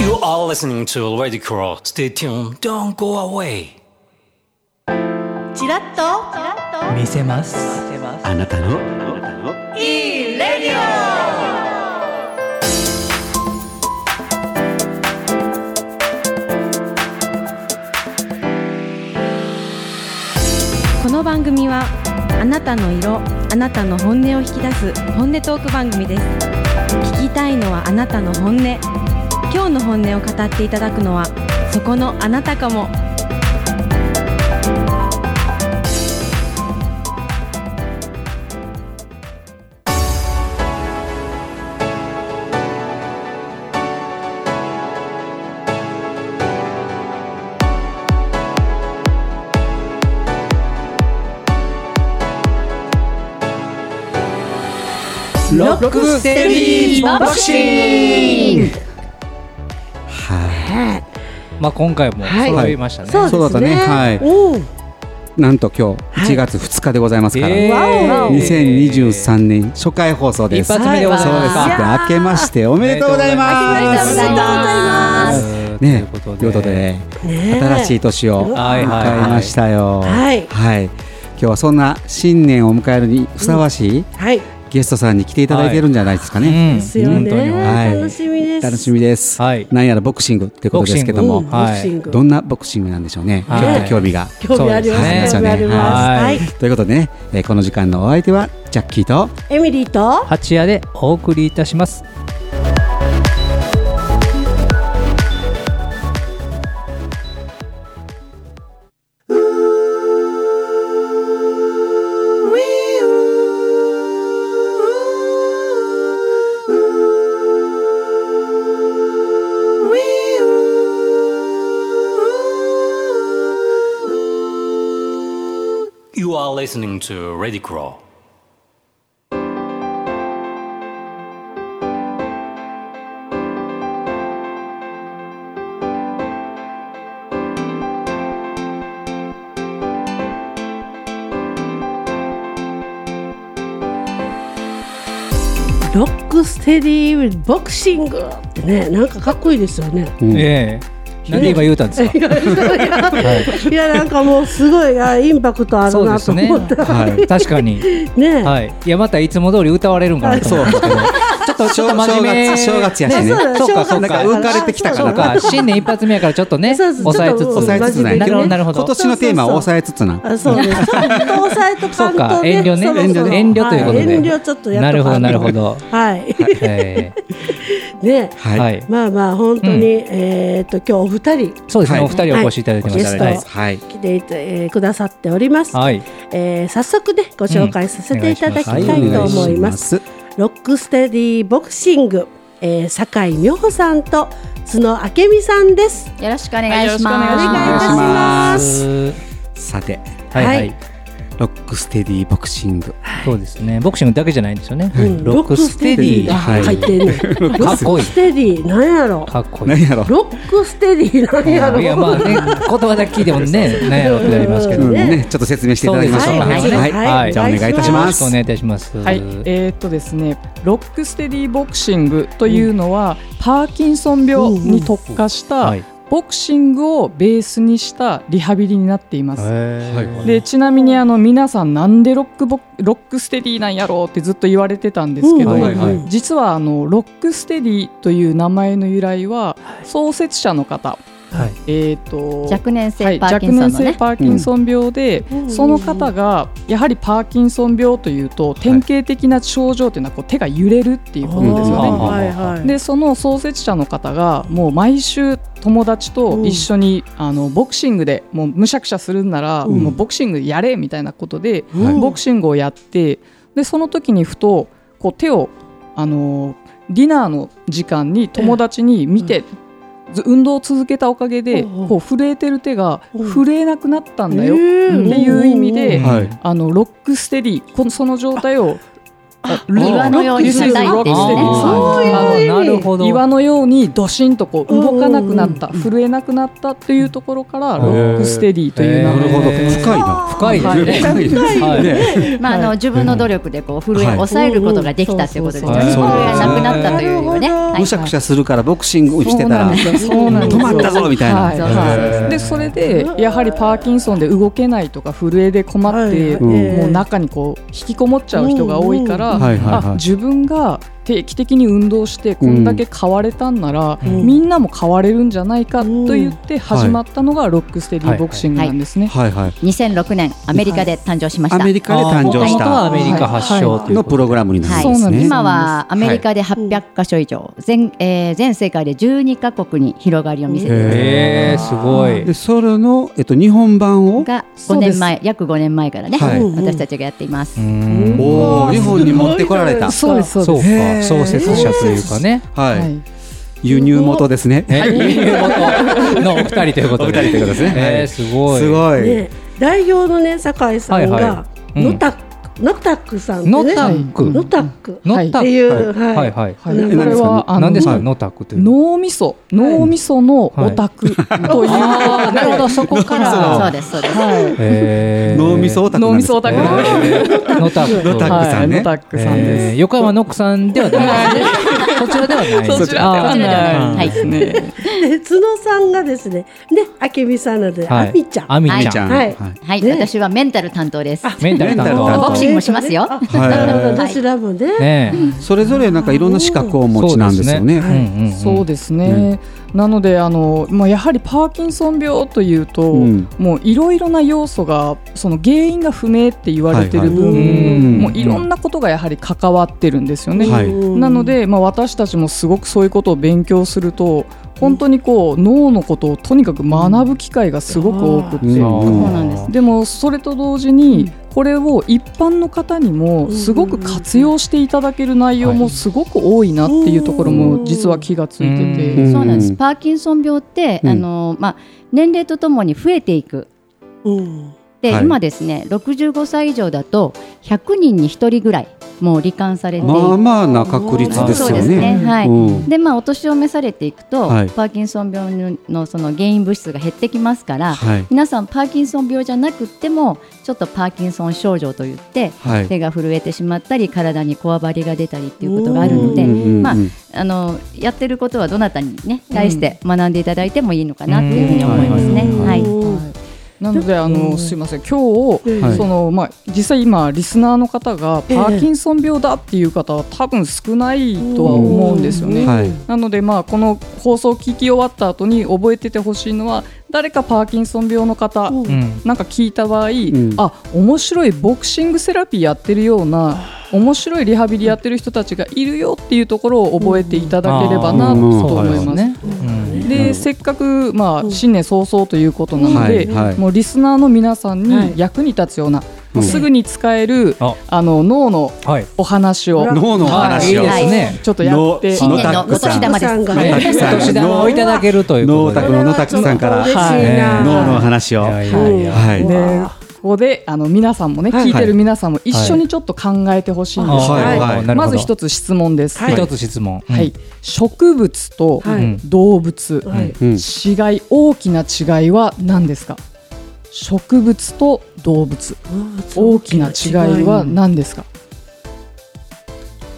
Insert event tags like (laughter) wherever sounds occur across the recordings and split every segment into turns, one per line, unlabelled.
You are listening to Lady Crow. Stay tuned. Don't go away.
チラッと
見せます
あなたの
いいレディ
この番組はあなたの色あなたの本音を引き出す本音トーク番組です聞きたいのはあなたの本音今日の本音を語っていただくのはそこのあなたかも
ロックステディーボクシング
は
まあ今回も
はい
揃いましたね、
そうですね。
そうだねはい
おう
いなんと今
はい
日1月2日でございますから、
えー
わお
2023年初回放送です
一発目でございます
そうです
いやー
明けましておめでとうございます
おめでとうございます
ねということで
ねえ
新しい年を
はいはいはい
迎えましたよ
はい
はい今日はそんな新年を迎えるにふさわしい
はい。
ゲストさんに来ていただいてるんじゃないですかね
うん
ですよ
本当に
ね。
はい
楽しみです。
楽しみです
はい
なんやらボクシングってことですけど
う
も
んボ
はい
クシング。
どんなボクシングなんでしょうね。
はい
ちょっと興味が。
興味あります。
そうですね
興味あります。
は
はいい。
ということでね、えーこの時間のお相手はジャッキーと。
エミリーと
八夜でお送りいたします
You are listening to Lady Crow.
ロックステディーボクシングってね、なんかかっこいいですよね。
うん
ええなんで今言うたんですか
いやいやなんかもうすごいあインパクト (laughs) あ
そ
る
うで
な
す
と
ね
思った。
はい確かに
(laughs) ね。
はいいやまたいつも通り歌われるんかなと思ったんですけどちょっとちょっと真面
正
目
月正月やしね
そうだ
そうか
正
な
そう
月
んか
か
浮かれてきたか
そう
ら。
か新年一発目やからちょっとね
そうそう
抑えつつ
ちょっと
抑えつつね。
なるほどなるほど
(laughs) 今年のテーマは抑えつつな。
あそうね。ちょっと抑えとかん
そうか
と
(laughs)
ね。
遠慮ね
そろそろ
遠慮ね遠慮ということで
は遠慮ちょっとやっ
なる
と
ほど
かんと
なるほ。ど
はい。
ええ
ね。
はい。
は
はいい。
まあまあ本当に、
うん
えーっと今日お二人
そうですね
はい
お二人お越しいただいてま
ゲ
し
ス
た
ト
ね
はい。
来ていた、えーくださっております、
はい
えー早速ねご紹介させていただきたい
うんお願いし
と
ます
思います,、
す。
ロックステディボクシング、えー、酒井美穂さんと角明美さんです
オよろしくお願いしま
お
す、
願いいたします
さて、
はいはい
ロックステディボクシング。
そうですねボクシングだけじゃないんですよね
うん
ロックステディー
ロックステディ
はい
あ入ってん (laughs) ねロ
かっ
ッ
こい
ク
い
ステディなんやろ
かっこいい
何やろ。
ロックステディなんやろ
いやまあね言葉だけ聞いてもね何やろってなりますけ
う
ど
ん
ね
ね、ちょっと説明していただきましょうか。
そうですね
はい。
はい
はいじゃあお願いいたし
よろ
ま
しく
す
お。願いいたします
はい、えーっとですね、ロックステディボクシングというのは、パーキンソン病に特化した
はい
ボクシングをベースにしたリハビリになっています。
はい
でちなみにあの皆さんなんでロックボロックステディなんやろうってずっと言われてたんですけど、
うん
はいはい
実はあのロックステディという名前の由来は創設者の方、
はい
えーっと
若年
は
性
い、
パー
若
キンソン
年
の
性
ね、
パーキンソン病で、
うん
その方がやはりパーキンソン病というと典型的な症状というのはこう手が揺れるっていうことですよ
あ
ね。
ー
はいはい
でその創設者の方がもう毎週友達と一緒に、あのボクシングでもうむしゃくしゃするんなら、
うん
もうボクシングやれみたいなことで、
うん
ボクシングをやってでその時にふとこう手をあのーディナーの時間に友達に見て、ず運動を続けたおかげで、
うんうん
こう震えてる手が
うん
震えなくなったんだよ、
えー
っていう意味で
うん
はい
あのロックステディこのその状態を
岩のように叩いてるね
そういう
あーなるほど。
岩のようにドシンとこう動かなくなった、震えなくなったというところからロックステディという名
なる
前
ほど
深いな。
深いですね。
深いです
はい
ね。
まああの自分の努力でこう震えを
はい
抑えることができたということですよね。
うん
震え
そう
がなくなったというよね。
なるほど
はい
むしゃくしゃするからボクシングしてたら
そうなんです
止
よ
まったぞみたいな。
はい
そうそうそう
へー
でそれでやはりパーキンソンで動けないとか震えで困って、
ん
もう中にこう引きこもっちゃう人が多いから、
うん
はいはいはい
あ自分が定期的に運動してこんだけ変われたんなら、
ん
みんなも変われるんじゃないかと言って
ん
始まったのがロックステディボクシングなんですね。
はいはい。
2006年アメリカで誕生しまし
ア
た。
メリカで誕生し
元々はア
た
メリカ発祥という
のプログラムにな
はい
るんですね。
今はアメリカで800カ所以上、全えー全世界で12カ国に広がりを見せている
えー、すごい
で。それのえっと日本版を
のが5年前約5年前からね、
はい
私たちがやっています。
うん
おー日本に持ってこられた。
そうですそう
そう
です。
へー
か、創設者というかね。
は。
はいい
輸入元ですね。
ね、いうことのお二人ということで。
お二人ということですね
えー、すごい。
すごい。
ね、代表のね酒井さん
はいは
が
いうん
ノタックノタックさんってね
ノタック
ノタックっ
ノタック
ていうはい、
はいはい。
はい、
え
これはあの
何ですか、ノタクというのは。
脳みそ脳みそのオタク (laughs) という、なるほどそこか
あそ
ら
うですそうです。
えー
脳みそオタクな
脳
ん
み
です
そ
ね。
オタクなんです
えー
ノ
ノタク。
タクさんね
はいオタクさんです。
えー横山ノックさんではないですね。こちらではない。
そちらでは
ない
あー
はい
ね、
で角さんがですねね明美さんなので、
はい
あみちゃん
アミ
はい
ちゃん。
はい
はい、私はメンタル担当です。
メンタル担
メンタル担
当
ボ。クシングもしますよ。
はい
なるほど
はい
私らもね、
ねえ。
それぞれなんかいろんな資格をお持ちなんですよね。
そうですねうんうんうん
そうですね、なのであの、まあ、やはりパーキンソン病というと、
うん
もういろいろな要素がその原因が不明って言われてる分、
はいはい
うん
もういろんなことがやはり関わってるんですよね。
はい
うん
なので、まあ、私たちもすごくそういうことを勉強すると本当にこう脳のことをとにかく学ぶ機会がすごく多くて、
うん
そうなんです
でもそれと同時にこれを一般の方にもすごく活用していただける内容もすごく多いなっていうところも実は気がついてて、
うん
そうなんです。パーキンソン病って、
うん
あのまあ年齢とともに増えていく。
うん
で、
はい
今ですね、65歳以上だと100人に1人ぐらいもう罹患されていて、
まあまあな確率ですよ
そうですね。
ね。
はい。
うん
でまあ、お年を召されていくと、
はい
パーキンソン病のその原因物質が減ってきますから、
はい
皆さんパーキンソン病じゃなくってもちょっとパーキンソン症状といって
はい。
手が震えてしまったり体にこわばりが出たりっていうことがあるの
う
で
んうんうん
まああのやってることはどなたにね対して学んでいただいてもいいのかなっていうふうに思いますね。
うん
はい。
なのであのすいません今日、
はい
そのまあ、実際今リスナーの方がパ
ええ
ーキンソン病だっていう方は多分少ないとは思うんですよね。
はい
なので、まあ、この放送を聞き終わった後に覚えててほしいのは誰かパーキンソン病の方
うん
なんか聞いた場合、
ん
あ面白いボクシングセラピーやってるような面白いリハビリやってる人たちがいるよっていうところを覚えていただければな
う
と
ん
思います。
ね。
でせっかく、まあ、新年早々ということなので、
うんはいはい
もうリスナーの皆さん
はい
に役に立つような、もうすぐに使える、
あ
あの脳の
はい。
お話を
脳の話を。
あいいですね。
ちょっとやって
新
脳
年のお年玉です。
ノタックさんが
はい
ノタックさん
お年玉をいただけるというこ
ノー
と
タ
で。
クのノタクさんから
嬉しいな、
はい
脳の話を。
い
は
や
い
いやいや。
はい。
でここであの皆さんもね、
はい
聞いてる皆さんも一緒にちょっと考えてほしいんです、
はいはいはい
まず
一
一つ質問です、
はい
つ質問。
はい植物と
はい
うん
動物、
はい
うん
違い大きな違いは何ですか植物と動物大きな違いは何ですか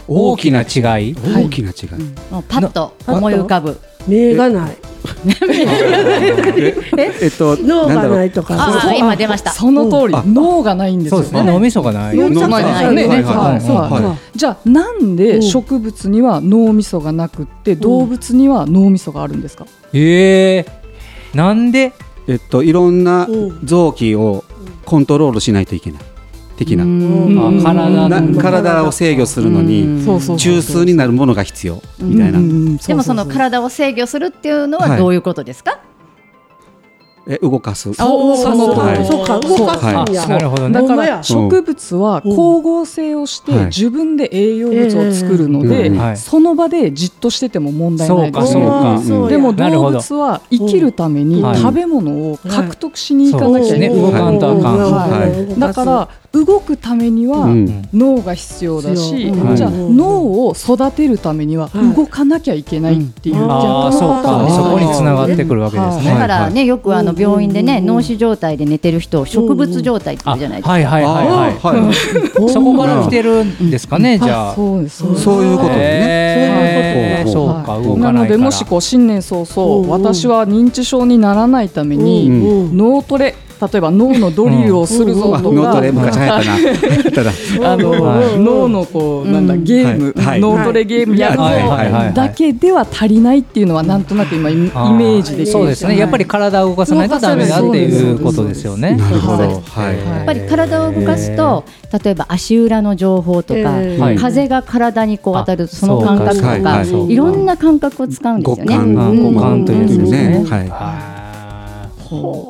大きな違い。
大きな違い。
もうパッと思い浮かぶ。
目がない
えっと、
脳
なんだ
が
ろ
な
う。
いとか
ああ今出ました。
その通り、脳がないんです
そ
よ
うですね。
ね
脳みそがない。
脳みそ
がない
ね
はい
ね
はい
はい
はい
はいじゃあなんで植物には脳みそがなくって動物には脳みそがあるんですか、
ええ。なんで。
えっと、いろんな
うん
臓器をコントロールしないといけない。的な。
うん
あ体
な
の。
体を制御するのに、
そうそう
中枢になるものが必要。みたいな。
で
でもその体を制御するっていうの
は
はいどういうことですか？
え動かす。
あ動かす
はい
そうか動かすんや。
あなるほどね
だか
ほんまや
ら植物は光合成をして
はい
自分で栄養物を作るの
ええ
で
うん
はい
その場でじっとしてても問題ないです
そう
よ
か
か
そうや
でも
なる
動
ほど
物は生きるために
うん
食べ物を獲得しに行かなきゃい
ね
けな
動
い
かんとあかん
はい
い
だから動くためには
うん
脳が必要だ
必
し、
要
じゃあ
うん
脳を育てるためには
はい
動かなきゃいけないっていう、
うん
逆
あ
の
あ
こ
そ
と
う
は
かそこに繋がってくるわけですね
だからねよくあの病院で
うんう
ね
んうん
脳死状態で寝てる人を植物状態って言うじゃないですか。
はいはい
あ
はいはい
はいはい
そこから来てるんですかね、じゃあ。
そうですそうです
そういうことねそういうこ
へーそう
と
か、
はい
動かな
な
い
の
から。
でもしこう新年早
うん
々
うん
私は認知症にならないために
うん
脳トレ例えば脳のドリルをするぞ
あ
と
脳ト
か
レ昔流行ったな。
あの、
はい
脳のこうなんだ
うん
ゲーム、
はい
脳トレゲームやる
はいはいはいはい
ぞだけでは足りないっていうのはなんとなく今イメイメ
あー
ージできる
そうですね、やっぱり体を動かさないとダメだっていうことですよね。
なるほど。は
は
いい。
やっぱり体を動かすと例えば足裏の情報とか、
え
はい
風が体にこう当たるその感覚と
あそう
か、
か
い
そう
か
ろんな感覚を使うんです
五
よね。
感、
うん
五感というやつです
う
ね。
ん
はい。
あ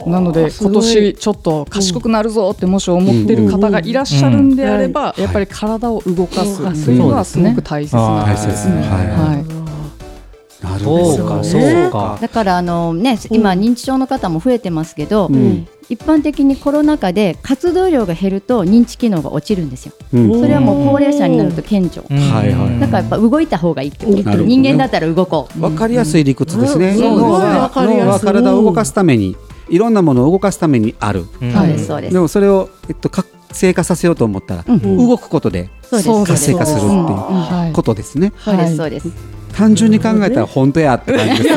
なので今年ちょっと賢くなるぞってもし思ってる方がいらっしゃるんであれば、やっぱり体を動かすっていうのはすごく大切な
ー
ん
大
で
切
す
は
ね。はい
い。なる
ー
ほ
そう
ど。
か、
です
そ
よね
うか。
だからあの、ね、今、認知症の方も増えてますけど、
うん
一般的にコロナ禍で活動量が減ると認知機能が落ちるんですよ、
うん
それはもう高齢者になると顕著、
うん
はいはい
だからやっぱ動いた方がいいってこと、
なるほどね
人間だったら動こう、
わかりやすい理屈ですね。
うん
脳は
うん
脳は体を動かすために、いろんなものを動かすためにある。
うん
そうです、そうです
で。もそれをえっと活性化させようと思ったら、
うん
動くことで
そうです
活性化するって
う
い
ん
う
はい
ことですね。
そうです、そうです。
単純に考えたら本当やって感じで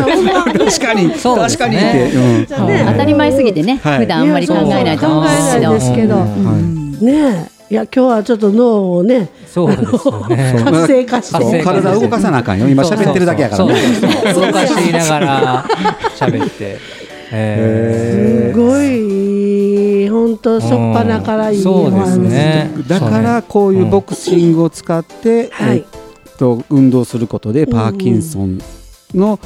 す。確かに、
そうで
確
す
か
ね
にって。うん
じゃあね
当たり前すぎてね、
はい
普段あんまり考えないと思うんですけ
いや
ど、
そうですけど
はい
ねえいや今日はちょっと脳をね
そうですよね。
(laughs) 活性化して
活性化
体を動かさなあかんよ。今喋ってるだけやからね。
そうそうそう動かしながら喋って。
す
えー
ごい本当初っ端からいいお
うん
話
そうですね
だからこういうボクシングを使って、
は
え
い
っと運動することでパーキンソンの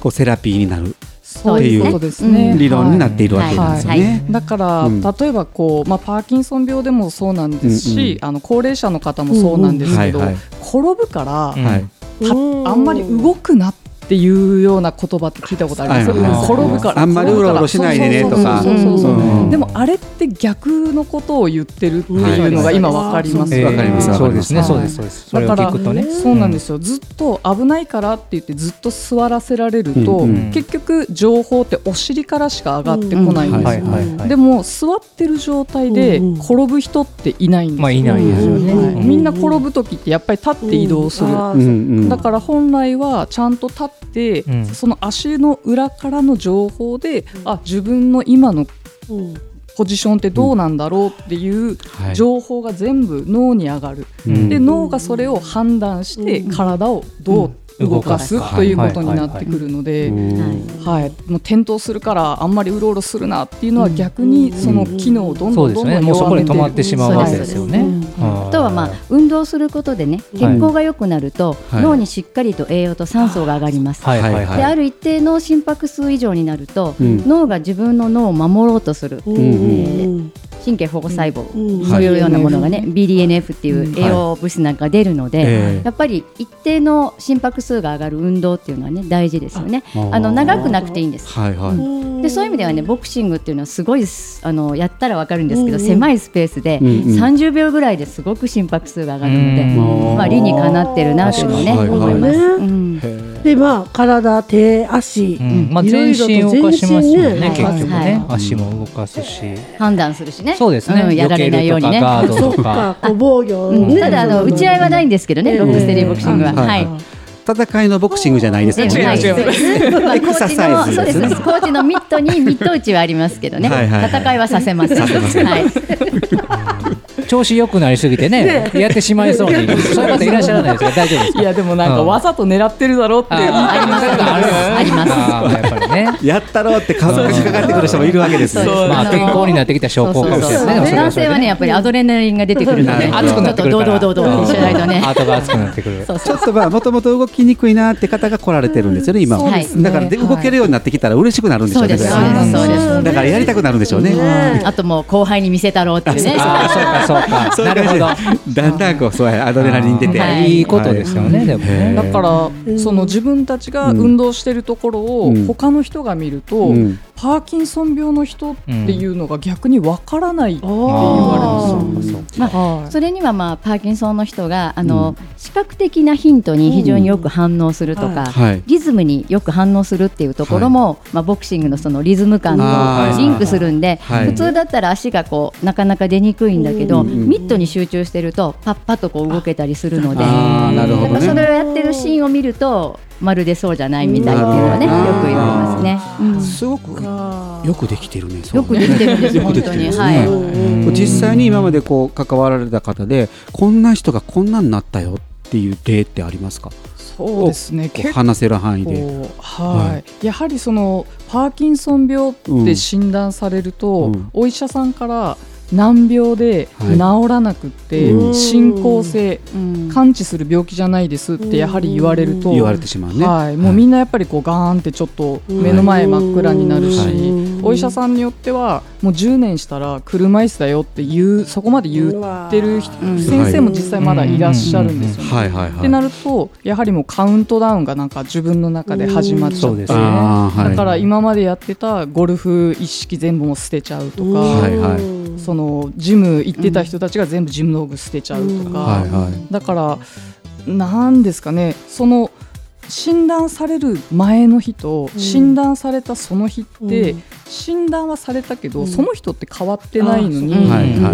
こうセラピーになる
そういうことですね。
理論になっているわけ
はい
なんですよね。
だから、
うん
例えばこう、まあ、パーキンソン病でもそうなんですし、
うん
あの高齢者の方もそうなんですけど、
うんうんはいはい
転ぶから、
うん
はい。
たあんまり動くなっていうような言葉って聞いたことありますよ、
はいはいはい
転ぶから
あんまりうろうろしないでねとか
そうそうそうそう
うんうん
でもあれって逆のことを言ってるっていうのが今わかります
えー
よ
わかりますわか
そう
り
で
ますす
ね、そうです、そうです。それを
だから
聞くとね。
そうなんですよ、ずっと危ないからって言ってずっと座らせられると、
うん
うん
結局情報ってお尻からしか上がってこないんですよ、
は
う
い
ん
はいはい。
でも座ってる状態で
うんうん
転ぶ人っていないんですよ、
まあいないですよね。
うん
はい
うん
みんな転ぶ時ってやっぱり立って移動する、
うん
うんうん
だから本来はちゃんと立って、
うん
その足の裏からの情報で、あ自分の今の
うん
ポジションってどうなんだろうっていう
はい
情報が全部脳に上がる、
うん
で脳がそれを判断して体をどう動かす、
うん動かす
ということになってくるので。はい、もう転倒するからあんまりうろうろするなっていうのは逆にその機能をどん
そ
ど
うんです
どん
ね。
どん
もうそ
弱
こで
めて
止まってしまうわけですよね。
あとは、まあ、運動することでね血行が良くなると、
はい
脳にしっかりと栄養と酸素が上がります、
はいはい
で
は
あ
い。
る一定の心拍数以上になると、
うん
脳が自分の脳を守ろうとする
うんうん
神経保護細胞、
うん
そういうようなものがね、BDNF っていう栄養物質なんかが出るので、
ええ
やっぱり一定の心拍数が上がる運動っていうのはね大事ですよね
あ
あの長くなくていいんです
はいはい。
でそういう意味ではねボクシングっていうのはすごいすあのやったらわかるんですけど、
うんうん
狭いスペースで
うんうん
30秒ぐらいですごく心拍数が上がるので、
うん
まあ、理にかなってるなというのをね、
確かに
思いま
は
す。
いはい
うん
でまあ体手足
うんまあ
いろい
全
ろと
身を動かしますよ
全身ね
ね。結局
は
ね
い、
足も動かすし。
判断するしね
そうですね。
んやられないようにね。
避けるとかガー
そっ
ドとか。
かこう防御
うん
ね
ただあの打ち合いはないんですけどね、
ええ
ロックステリーボクシングは。
ええ
はい
戦いのボクシングじゃないですもん
で
ね。
はい
違う違う
まあコ
エク
ー
サ
チ
サイ
の
ズ
そうです
ですね
コーチのミットにミット打ちはありますけどね、
はいはいはい
戦いはさせません。
させません
はい
調子良くなりすぎてね、やってしまいそうに、そういう方いらっしゃらないですか、大丈夫ですか。
いやでもなんか
うん
わざと狙ってるだろうっていう
ありますか、あります。あやっぱりね。
やったろうって顔が引っかかってくる人もいるわけですね
そう
まあ、健康になってきた証拠かもしれないですね。でもそれ
男性はね、やっぱりアドレナリンが出てくるので、
熱くなってくる
ちょ
か
っと
ら。
堂々堂々としないとね。
ハートが熱くなってくる。
ちょっとまあもともと動きにくいなって方が来られてるんですよね、今は
そうですね
だからで動けるようになってきたら嬉しくなるんでしょうね、
そうです
これはね
そうですそうです
だからやりたくなるんでしょうね。
あともう後輩に見せたろうっていうね。
ああ、そうか、 (laughs) そうか。なるほど。
だんだんこうそうやアドレナリン出て、
はい
いいことですよね、でもね。
だから、その自分たちが運動してるところを
うん
他の人が見ると、
うん
パーキンソン病の人っていうのが逆にわからない、
ー
あーそうかそう
まあ
はい
それにはまあパーキンソンの人があの、視覚的なヒントに非常によく反応するとか、
はい
リズムによく反応するっていうところも、まあ、ボクシングのそのリズム感
あ
と
ー
リンクするんで、
はい
普通だったら足がこうなかなか出にくいんだけど、
ん
ミットに集中してるとパッパッとこう動けたりするので
あーなるほ
やっ
ど
ぱそれを
ね
やってるシーンを見るとまるでそうじゃないみたいっていうのはねよ
なるほど
く言われますね。うん
すごくよくできてるねそう
よくできてるんです、
よく
本
でき
当
てるん
に。
ですね
はい。
うん実際に今までこう関わられた方でこんな人がこんなになったよっていう例ってありますか
そうですね
こう
結構
話せる範囲で、
はい
は
やはりそのパーキンソン病って診断されると、
うんうん
お医者さんから難病で
は
治らなくって、
うん
進行性
うん
完治する病気じゃないですってやはり言われると、
言われてしまうね、
はい、もうみんなやっぱりこうガーンってちょっと目の前真っ暗になるし、
はい
お医者さんによってはもう10年したら車椅子だよって言うそこまで言ってる人
うん
先生も実際まだいらっしゃるんですよね。
はいはい
っ
は
て
い
なるとやはりもうカウントダウンがなんか自分の中で始まっちゃ
そ
っ
う
て
ですね。
あーはい
だから今までやってたゴルフ一式全部も捨てちゃうとか、
はいはい
そのジム行ってた人たちが全部ジム道具捨てちゃうとか、
はいはい
だからなんですかねその診断される前の日と診断されたその日って、診断はされたけど、その人って変わってないのに、
あ
はいは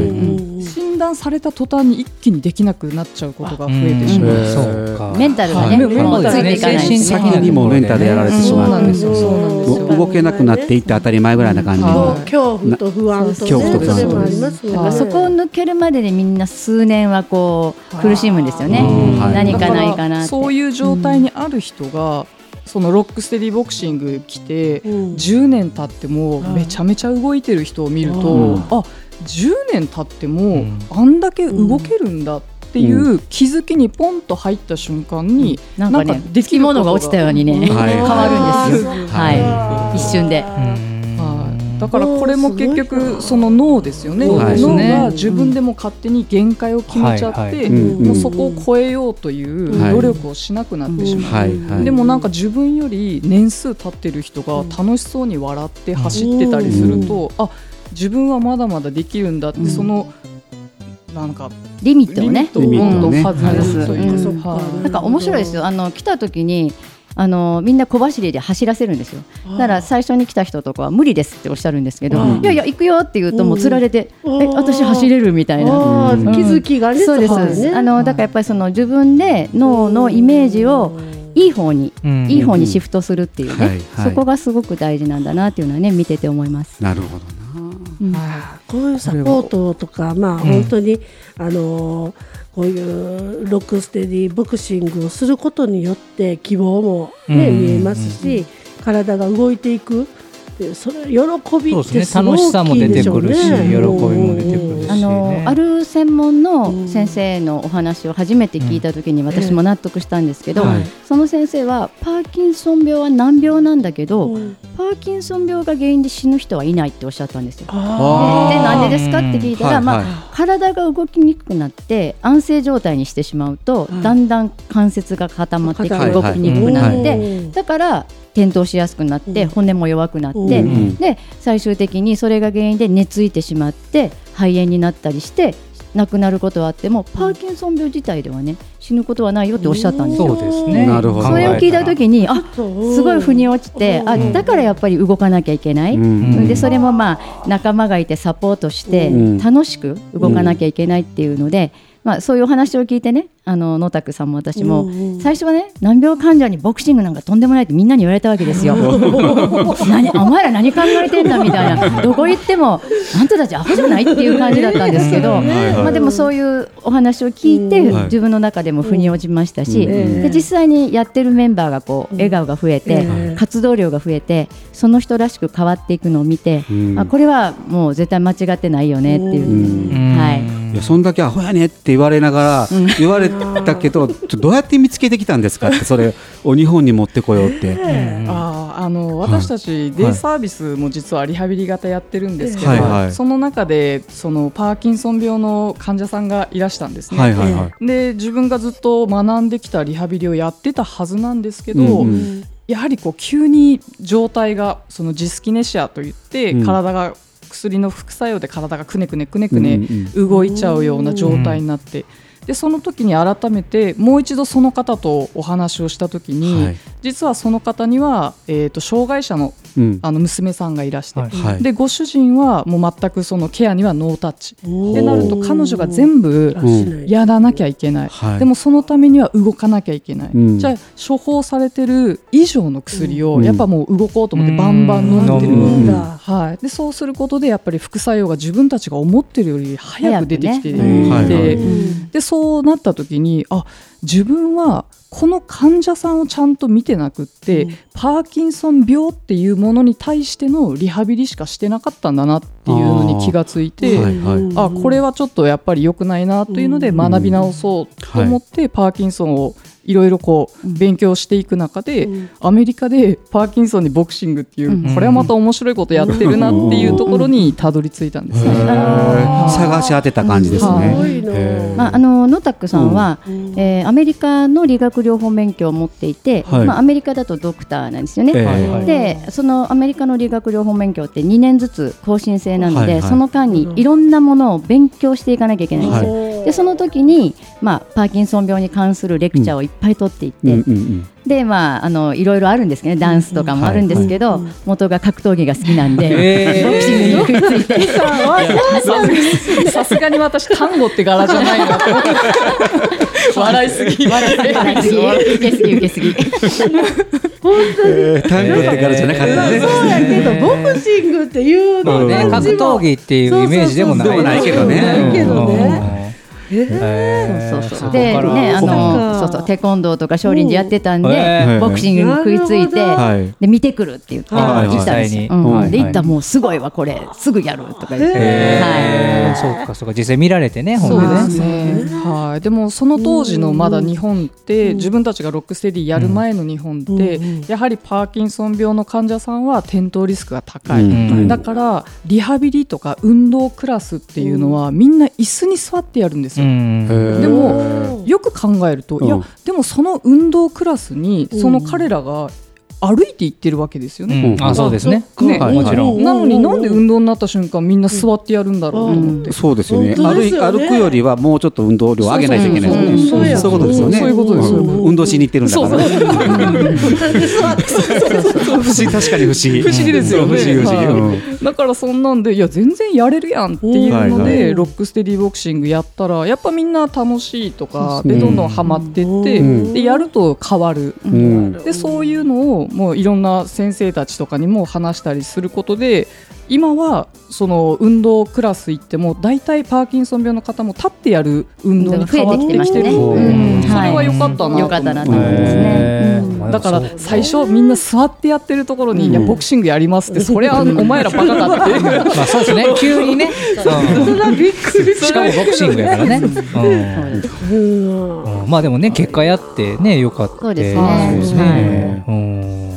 い、
診断された途端に一気にできなくなっちゃうことが増えてしまう。
うん
そうか。
メンタルがね、
はい
もうついていかないです
精
ね。
神的
にもメンタルでやられてしまう
そうなんですよ、そうなんですよ。
もう動けなくなっていって当たり前ぐらいな感じ、
は
恐怖と不安とね
恐怖と不安
それもありますもん
まあ
ね
そこを抜けるまででみんな数年はこう苦しむんですよね
うん。
何かない
だ
かな
ら
って。
そういう状態にある人が、そのロックステディボクシング来て、
うん
10年経ってもめちゃめちゃ動いてる人を見ると、
うん
あ10年経っても
ん
あんだけ動けるんだっていう気づきにポンと入った瞬間に、
なんかね、
で
つきものが落ちたようにね、
はい
変わるんですよ。
は
はいい、一瞬で。
うん
はい、だからこれも結局その脳ですよね、
そうです
脳
ね
が自分でも勝手に限界を決めちゃって、
はいはい
うんうん
もうそこを超えようという
はい
努力をしなくなってしまう、
はいはい
でもなんか自分より年数経ってる人が楽しそうに笑って走ってたりすると、あ自分はまだまだできるんだって、
うん
そのなんか
リミッ
リ
トを
ミ
ね
ッ。ト
リミットを
を
ね
外すという
外す
うんはい
なんか面白いですよ。あの来た時に。あのみんな小走りで走らせるんですよ。だから最初に来た人とかは無理ですっておっしゃるんですけど、
うん
いやいや行くよって言うともう釣られて、
うん
え私走れるみたいな。
あ
うん
ー気づきがね
そうです。
は
そう
い
です
ね
あのだからやっぱりその自分で脳のイメージをいい方に、
うん
いい方にシフトするっていうね、
はいはい
そこがすごく大事なんだなっていうのはね見てて思います。
なるほどな
こういうサポートとか、まあ、本当に、あのーこういうロックステディボクシングをすることによって希望も、ね
うん
見えますし、体が動いていくでそれ喜び
そう
っ
です
て
ね
すごい
楽しさも
大きい
出
で
て
しょ
く
うね
るし喜びも出てくるし
あの
ね
ある専門の先生のお話を初めて聞いた時に私も納得したんですけど、
うんはい
その先生はパーキンソン病は難病なんだけど、
うん
パーキンソン病が原因で死ぬ人はいないっておっしゃったんですよ。で
あー
なんでですかって聞いたら、
はいはい
まあ、体が動きにくくなって安静状態にしてしまうと、だんだん関節が固まってきて
はい
動きにくくなって、
はい
はい
だから転倒しやすくなって、
うん
骨も弱くなって、
うん
で最終的にそれが原因で寝ついてしまって肺炎になったりして亡くなることはあってもパーキンソン病自体ではね死ぬことはないよっておっしゃったんですよ。
そうですね。
なるほど
それを聞いた時にあ
そう
すごい腑に落ちてあだからやっぱり動かなきゃいけない、
うん
でそれもまあ仲間がいてサポートして
うん
楽しく動かなきゃいけないっていうので、まあ、そういうお話を聞いてねあの野拓さんも私も、
うんうん
最初はね難病患者にボクシングなんかとんでもないってみんなに言われたわけ
(laughs)
ですよ。何お前ら何考えてんだみたいなどこ行ってもあんたたちアホじゃないっていう感じだったんですけど、
いはい
まあ、でもそういうお話を聞い
う
て、
ん
自分の中でも腑に落ちましたし、
うん
で実際にやってるメンバーがこう
うん
笑顔が増えて、
うん
活動量が増えてその人らしく変わっていくのを見て、
うん
あこれはもう絶対間違ってないよねっていう。
うん
はい
いやそんだけアホやねって言われながら言われたけどちょっとどうやって見つけてきたんですかってそれを日本に持ってこようって、
あーあの
はい
私たちデイサービスも実はリハビリ型やってるんですけど、
はいはい
その中でそのパーキンソン病の患者さんがいらしたんですね。
はいはいはい、
で自分がずっと学んできたリハビリをやってたはずなんですけど、
うんうん
やはりこう急に状態がそのジスキネシアといって
うん
体が薬の副作用で体がくねくねくねくね
うんうん
動いちゃうような状態になって、でその時に改めてもう一度その方とお話をした時に、
はい
実はその方には、えー、と障害者の
うん
あの娘さんがいらして、
はい
はい
でご主人はもう全くそのケアにはノータッチ
っ
ってなると彼女が全部
うん
やらなきゃいけない、
はい
でもそのためには動かなきゃいけない、
うん
じゃあ処方されてる以上の薬を
うん
やっぱもう動こうと思ってバンバン飲んでる、
うん
んだ
はい、でそうすることでやっぱり副作用が自分たちが思ってるより早く出てきていて、
早くねうん
はいはい
でそうなった時にあ自分はこの患者さんをちゃんと見てなくって、パーキンソン病っていうものに対してのリハビリしかしてなかったんだなっていうのに気がついて。
はいはい
あこれはちょっとやっぱり良くないなというので
うん
学び直そうと思ってパーキンソンをいろいろこう
うん
勉強していく中で
うん
アメリカでパーキンソンにボクシングっていううんこれはまた面白いことやってるなっていうところにたどり着いたんです
へ
ね。
ー探し当てた感じです
はい
ね。
すごいな
へー
まあ、あの野拓さんは、
うん
えーアメリカの理学療法免許を持っていて、
はい
まあ、アメリカだとドクターなんですよね。
ええ
はいはい
でそのアメリカの理学療法免許って2年ずつ更新制なので、
はいはい
その間にいろんなものを勉強していかなきゃいけないんですよ。でその時に、まあ、パーキンソン病に関するレクチャーをいっぱい取っていって、
うんうんうん
でまああのいろいろあるんですけどねダンスとかもあるんですけど、
うんはい
元が格闘技が好きなん (laughs) で、ボクシングに食いついて
さすがに私単語って柄じゃないなと思って笑いすぎ
笑いすぎ笑いすぎ受けすぎ受けすぎ
えー単語ってからじゃなかったね。
そうやけどボクシングっていう
まあ
の
ね、格闘技っていうイメージでもない
そうそうそうそうでもないけどね
うん
そう
そ
そうそうう
こ
で
から
ねあ
なん
の
か
そうそうテコンドーとか少林寺やってたんで、
うんへ
え
ボクシングに食いつい
な
て、
るほど
はい
で見てくるって言って、
はい
行ったんですよ
実際に、
うん
はい
で
はい
行ったらもうすごいわこれすぐやるとか言って、
へ
は
ーそうかそうか実際見られてね、
そ
ほん
う
でね。
ですね。はい。でもその当時のまだ日本って自分たちがロックステディやる前の日本ってやはりパーキンソン病の患者さんは転倒リスクが高
う
い。
ん
だからリハビリとか運動クラスっていうのはみんな椅子に座ってやるんです
うん
よ。
へー
でもよく考えると
うん
いやでもその運動クラスにその彼らが歩いていってるわけですよ
う
ね。
んあそうですね。
ね
はい
もちろん
なのになんで運動になった瞬間みんな座ってやるんだろうと思って。
そうですよね。
本当
歩
で
い
すよね
歩くよりはもうちょっと運動量を上げないといけないです
そうそうそう
ね。
うん
そういうことですよね。
そういうことですそういうこと
ん運動しに行ってるんだからね。不思議 (laughs) 確かに不思議。
不思議ですよね
不思議不思議
はい
うん。
(laughs) だからそんなんでいや全然やれるやんっていう
うん
の
はいは
でロックステディボクシングやったらやっぱみんな楽しいとかでどんどんハマってって
うん
でやると変わる。
うん
でそういうのをもういろんな先生たちとかにも話したりすることで今はその運動クラス行っても大体パーキンソン病の方も立ってやる運動に変わってきてる
増えてきて
の
ますね
で
うん
それは良かったなと
よ
思
かったなと思います (laughs) ね。
へーまあ
だから
そう
最初みんな座ってやってるところに、いやボクシングやりますってそれはお前らバカだっていう
まあそうですね。急にね。うんしかもボクシングやからね。うんうんまあでもね結果やってね良かった。
そうですね
そうですねうん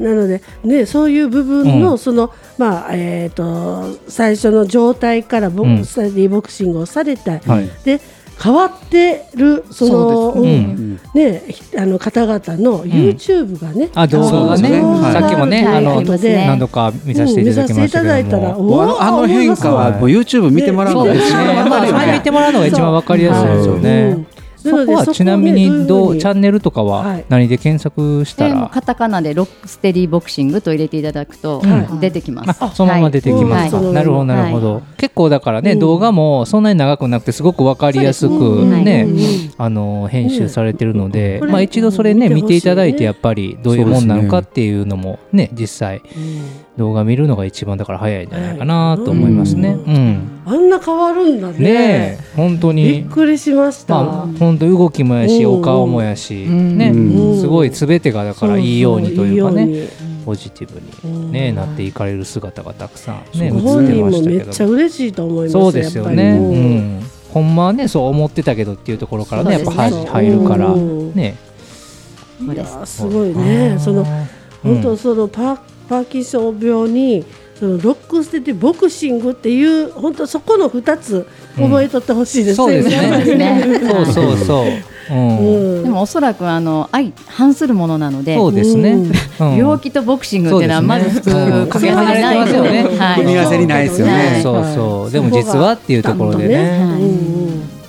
なので、ね、そういう部分
う
のその、まあえー、と最初の状態からボ
うん
クスタディボクシングをされた、
はい
で変わってるその
そうですね
うんね、ひあの方々の YouTube がね、
あ動画がね
そうですね
さっきもね
はい
あの
はいはい
何度か見させていただきました
うん見させていただ
け
いた
ど
ら
も。
おー
あのあの変化はもう YouTube 見てもらう
そ
ん
う
で
ですすね。
ね。
まあそれ見てもらうのが一番わかりやすいですよ
う
ね
ん。
そこはちなみにどうチャンネルとか
は
はい何で検索した
でもう
ら
カタカナでロックステディボクシングと入れていただくと出てきます。
あそのまま出てきます
は
か。
はい
なるほどなるほど。結構だからね、動画もそんなに長くなくてすごくわかりやすくね、あの編集されてるので、
うん
まあ一度それね
これ
見ていただい
見てほしていね
やっぱりどういうもんなのかっていうのもね実際動画見るのが一番だから早いんじゃないかなと思いますね。
う
うん、
あんな変わるんだね
ねえ本当
び
に。
っくりしました、
まあ本当動きもやし
う
お
ん
顔もやし
うん
ね
うん
すごい全てがだからいいようにというかね
そそいいよ
ポジティブに
うに
ね、なっていかれる姿がたくさんね映って
ご
ま
本人も
した
め
け
っちゃ
ど
嬉しいと思います
そうですよね、
やっぱり
うん、ほんまはねそう思ってたけどっていうところからねやっぱ
そうです
入
ね
入るから
うん
ね
そう
いや
です
ーすごいねそ
う
の
ん
本当そのパーパーキンソン病にそのロックステでボクシングっていう本当そこの二つ覚えとってほしいです
そうです
(laughs)
ね
やっぱり
そうそうそう、うん
うん
でもおそらくあの相反するものなので
そうですね、
うん
うん
病気とボクシングっていうのは
そう
ま
です
ず
ね
普通掛け合わせにないの
そ
で
う離れてますよね
はい
組み合わせにないですよ
は
ね。
い
そうそう、でも実はっていうところでね
ねは
う
い
んうん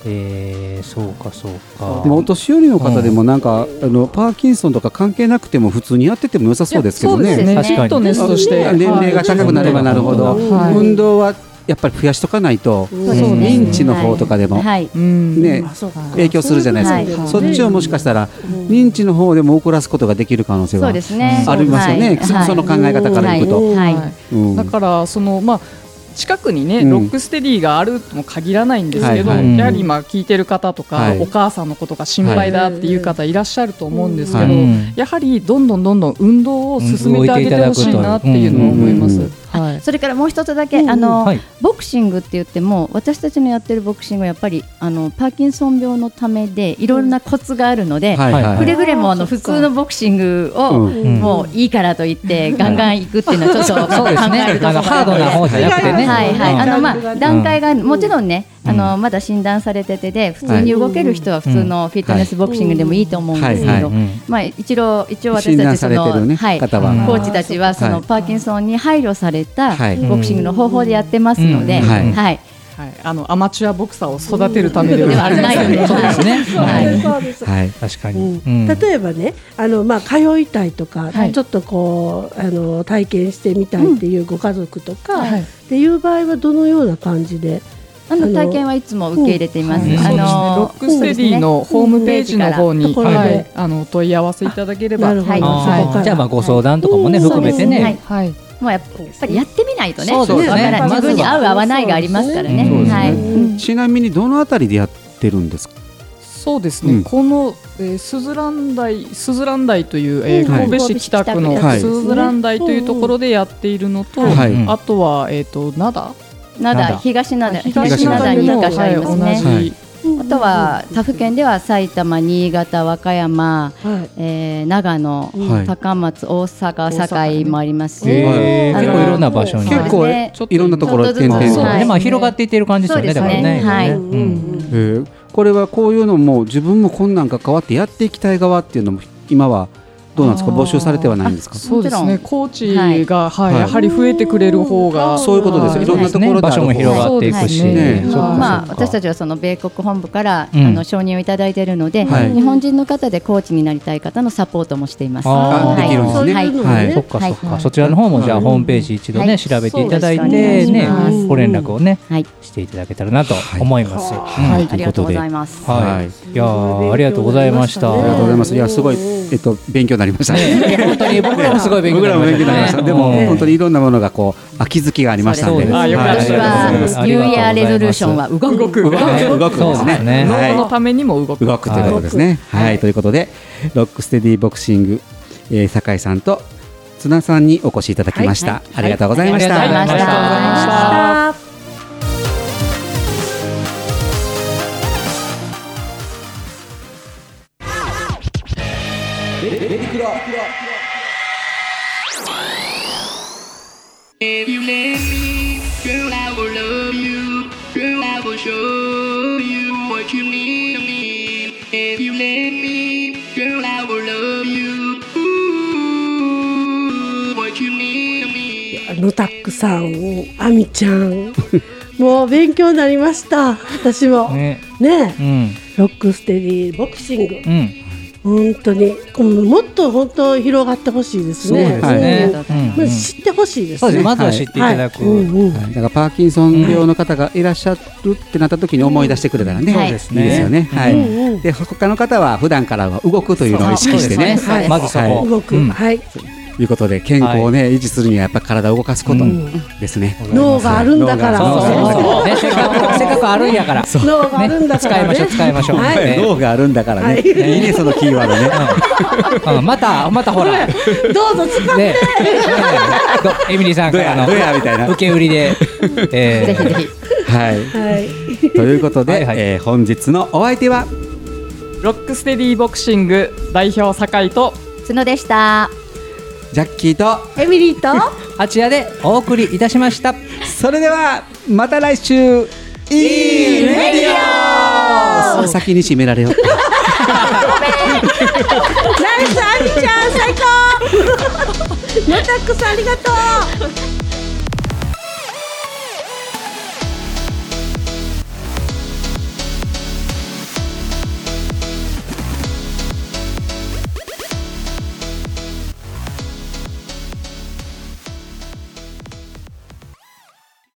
えー、そうかそうか
でもお年寄りの方でもなんか、あのパーキンソンとか関係なくても普通にやってても良さそうですけど
いやそ
ね。
うですね
確かに
フィットネスとして
年齢が高くなればなるほど、
はい
運動はやっぱり増やしとかないと、
そうですね
認知の方とかでも、
はい
うん
ね
あそうか
影響するじゃないですか、
はい
そっちをもしかしたら認知の方でも遅らすことができる可能性
そ
は
うですね
ありますよね、
は
そ
い
その考え方からいくと。
はい
はい
うん
だからそのまあ近くにね、
うん
ロックステディがあるとも限らないんですけど、
はい
はい
やはり今聞いてる方とか、
はい
お母さんのことが心配だっていう方いらっしゃると思うんですけど、
はいうん
やはりどんどんどんどん運動を進めてあげてほしいなっていうのは思います。
うん
はい
それからもう一つだけ、あの、
はい
ボクシングって言っても私たちのやってるボクシングはやっぱりあのパーキンソン病のためでいろんなコツがあるので、
はいはい
くれぐれもあの
あーそ
普
っか
通のボクシングを、
うん
もういいからと言ってガンガン行くっていうのはちょっと
そうですね
考えると
あのハードな方じゃなくてね
はいはい、
うん
あのまあ段階がもちろんね、
うん
あのまだ診断されててで普通に動ける人は普通のフィットネスボクシングでもいいと思うんですけど、
はいはい
うん
まあ一応一応私
診
た
断
ちそ
されて
の
る、ね、
はい、
方は、
うん
コーチたちはそ
は
の
い
パーキンソンに配慮された
はい
ボクシングの方法でやってますので、
うん
は
はい
い、はい
はいあのアマチュアボクサーを育てるためで
で
は
は
ありま
な
せ
い
ん
ので、
そうですね
はい
はい
そうです
はい、
確か
う
に、
ん例えばねあの、まあ、通いたいとか、
はい
ちょっとこうあの体験してみたいっていうご家族とか、
はい
っていう場合はどのような感じで、
あの体験はいつも受け入れています。
うん
あ
そうですねロ
の
ックステディのホームページの方に、
ところで
はい、あのお問い合わせいただければ、
なるほど、
は
そこか
あ
ら
ーじゃあまあご相談とかもね、
うん
含めてね、
はい
はい、
もうやっぱりやってみないとね、
そうですね
わから
ま
ん
ずは
自分に合う合わないがありますからね。
そうですね
は
う
い。
ん
ちなみにどのあたりでやってるんですか、
そうですね、
うん
この、えー、スズラン台スズラン台という、えー
うん
神戸市北区の
はい
スズラン台というところでやっているのと、
はい
うん
あとは、えー、と灘
灘
灘東灘東
東
灘
灘
に
にも、
2箇所あ
はい
りますね。
同じ、
はい
あとは他府県では埼玉、新潟、和歌
は
山、
い
えー長野、
はい
高松、大阪、堺もありますし、
へー
あ
結構い
の
ろんな場所に
そう
結
です
構
ね
ちょっと
いろんなところ
ちょっとず
点
つ
々
そう
と、
だ
は
ね、
い
まあ広がっていってる感じですよね、
そ
だ
う
か
です
ら
ね
ね。
はい
うんうん
えーこれはこういうのも自分もこんなん関わってやっていきたい側っていうのも今はどうなんですか
あー
募集されてはないんですか
そうです
も
ね
ち
コーチが、はい
はい
やはり増えてくれる方が、
そういうことですよ、
はい
いろんなところで
場所も
ある
広がっていくし、
そう
ですね
ね
そうか
まあ、
そうか
私たちはその米国本部から、
うん
あの承認をいただいているので、
はい
日本人の方でコーチになりたい方のサポートもしています。
あ
ーできるんですね
はい
そういうの
は
ね
い
そっかそっか、
はい
そちらの方もじゃあホームページ一度ね、
はい
調べていただい
そうで
て
すお願
ね
いします
ご連絡をね
はい、
していただけたらなと思います。
は
はい
ありがとうございます。
はい
はい、いやーありがとうございました。
あ
ありがとうございますいやすごい
うん
えっと勉強になりましたね
本当に僕らもすごい勉強
(laughs) 僕
に
らも
な
勉強に
り
なりま
まし
したた
ね。
でも本当にいろんなものがこう秋月がありましたん
そう
で
です
あよかった
今年
です
はニューイヤーレゾリューションは
あ
動く。動く
はい動くんです
そうですね
ねは
脳の
い
ためにも動く
動くということですねはい、ということでロックステディボクシング、えー、酒井さんと綱さんにお越しいただきました、ありがとうございました、
ありがとうございました
ありがとうございました
野タックさん、あみちゃん、もう勉強になりました、私も。ね
ね、うん、
ロックステディボクシング、
うん、
本当にこうもっと本当広がってほしいです
そ
ね。
うですね
うんまあ知ってほしいです
そうです
ね。
まずは知っていただく、
はいうんうん
はいだからパーキンソン病の方がいらっしゃるってなった時に思い出してくれたらね、
うんはい
いいですよね。はい。
うんうん
で他の方は普段からは動くというのを意識してね。
そうです
まずそこ、
はい
動く、
うん
はい、
ということで健康をね、維持するにはやっぱ体を動かすこと
うん
ですね。
脳があるんだから。
そうそう
脳
そうそうねせっかくせっかくあるんやから
脳があるんだか
使い
ら
ま
ね。
しょう使いましょう、
は
はい
ね
脳があるんだから
は
ね。
い
いいねそのキーワードね。
うんまたまたほらね
どうぞ使っ
ね (laughs) どエミリーさん
ど
から
や
の
どやみたい
(laughs)
な。
受け売りで、えー
ぜひぜひ。
は
て。はい。
い。ということ
はい
で
はい
えー本日のお相手は
ロックステディボクシング代表酒井と
角でした。
ジャッキーと
エミリーと。
あちらでお送りいたしました
それではまた来週。いいレディオ。先に締められよう。
ナイスアミちゃん最高。またくさんありがとう。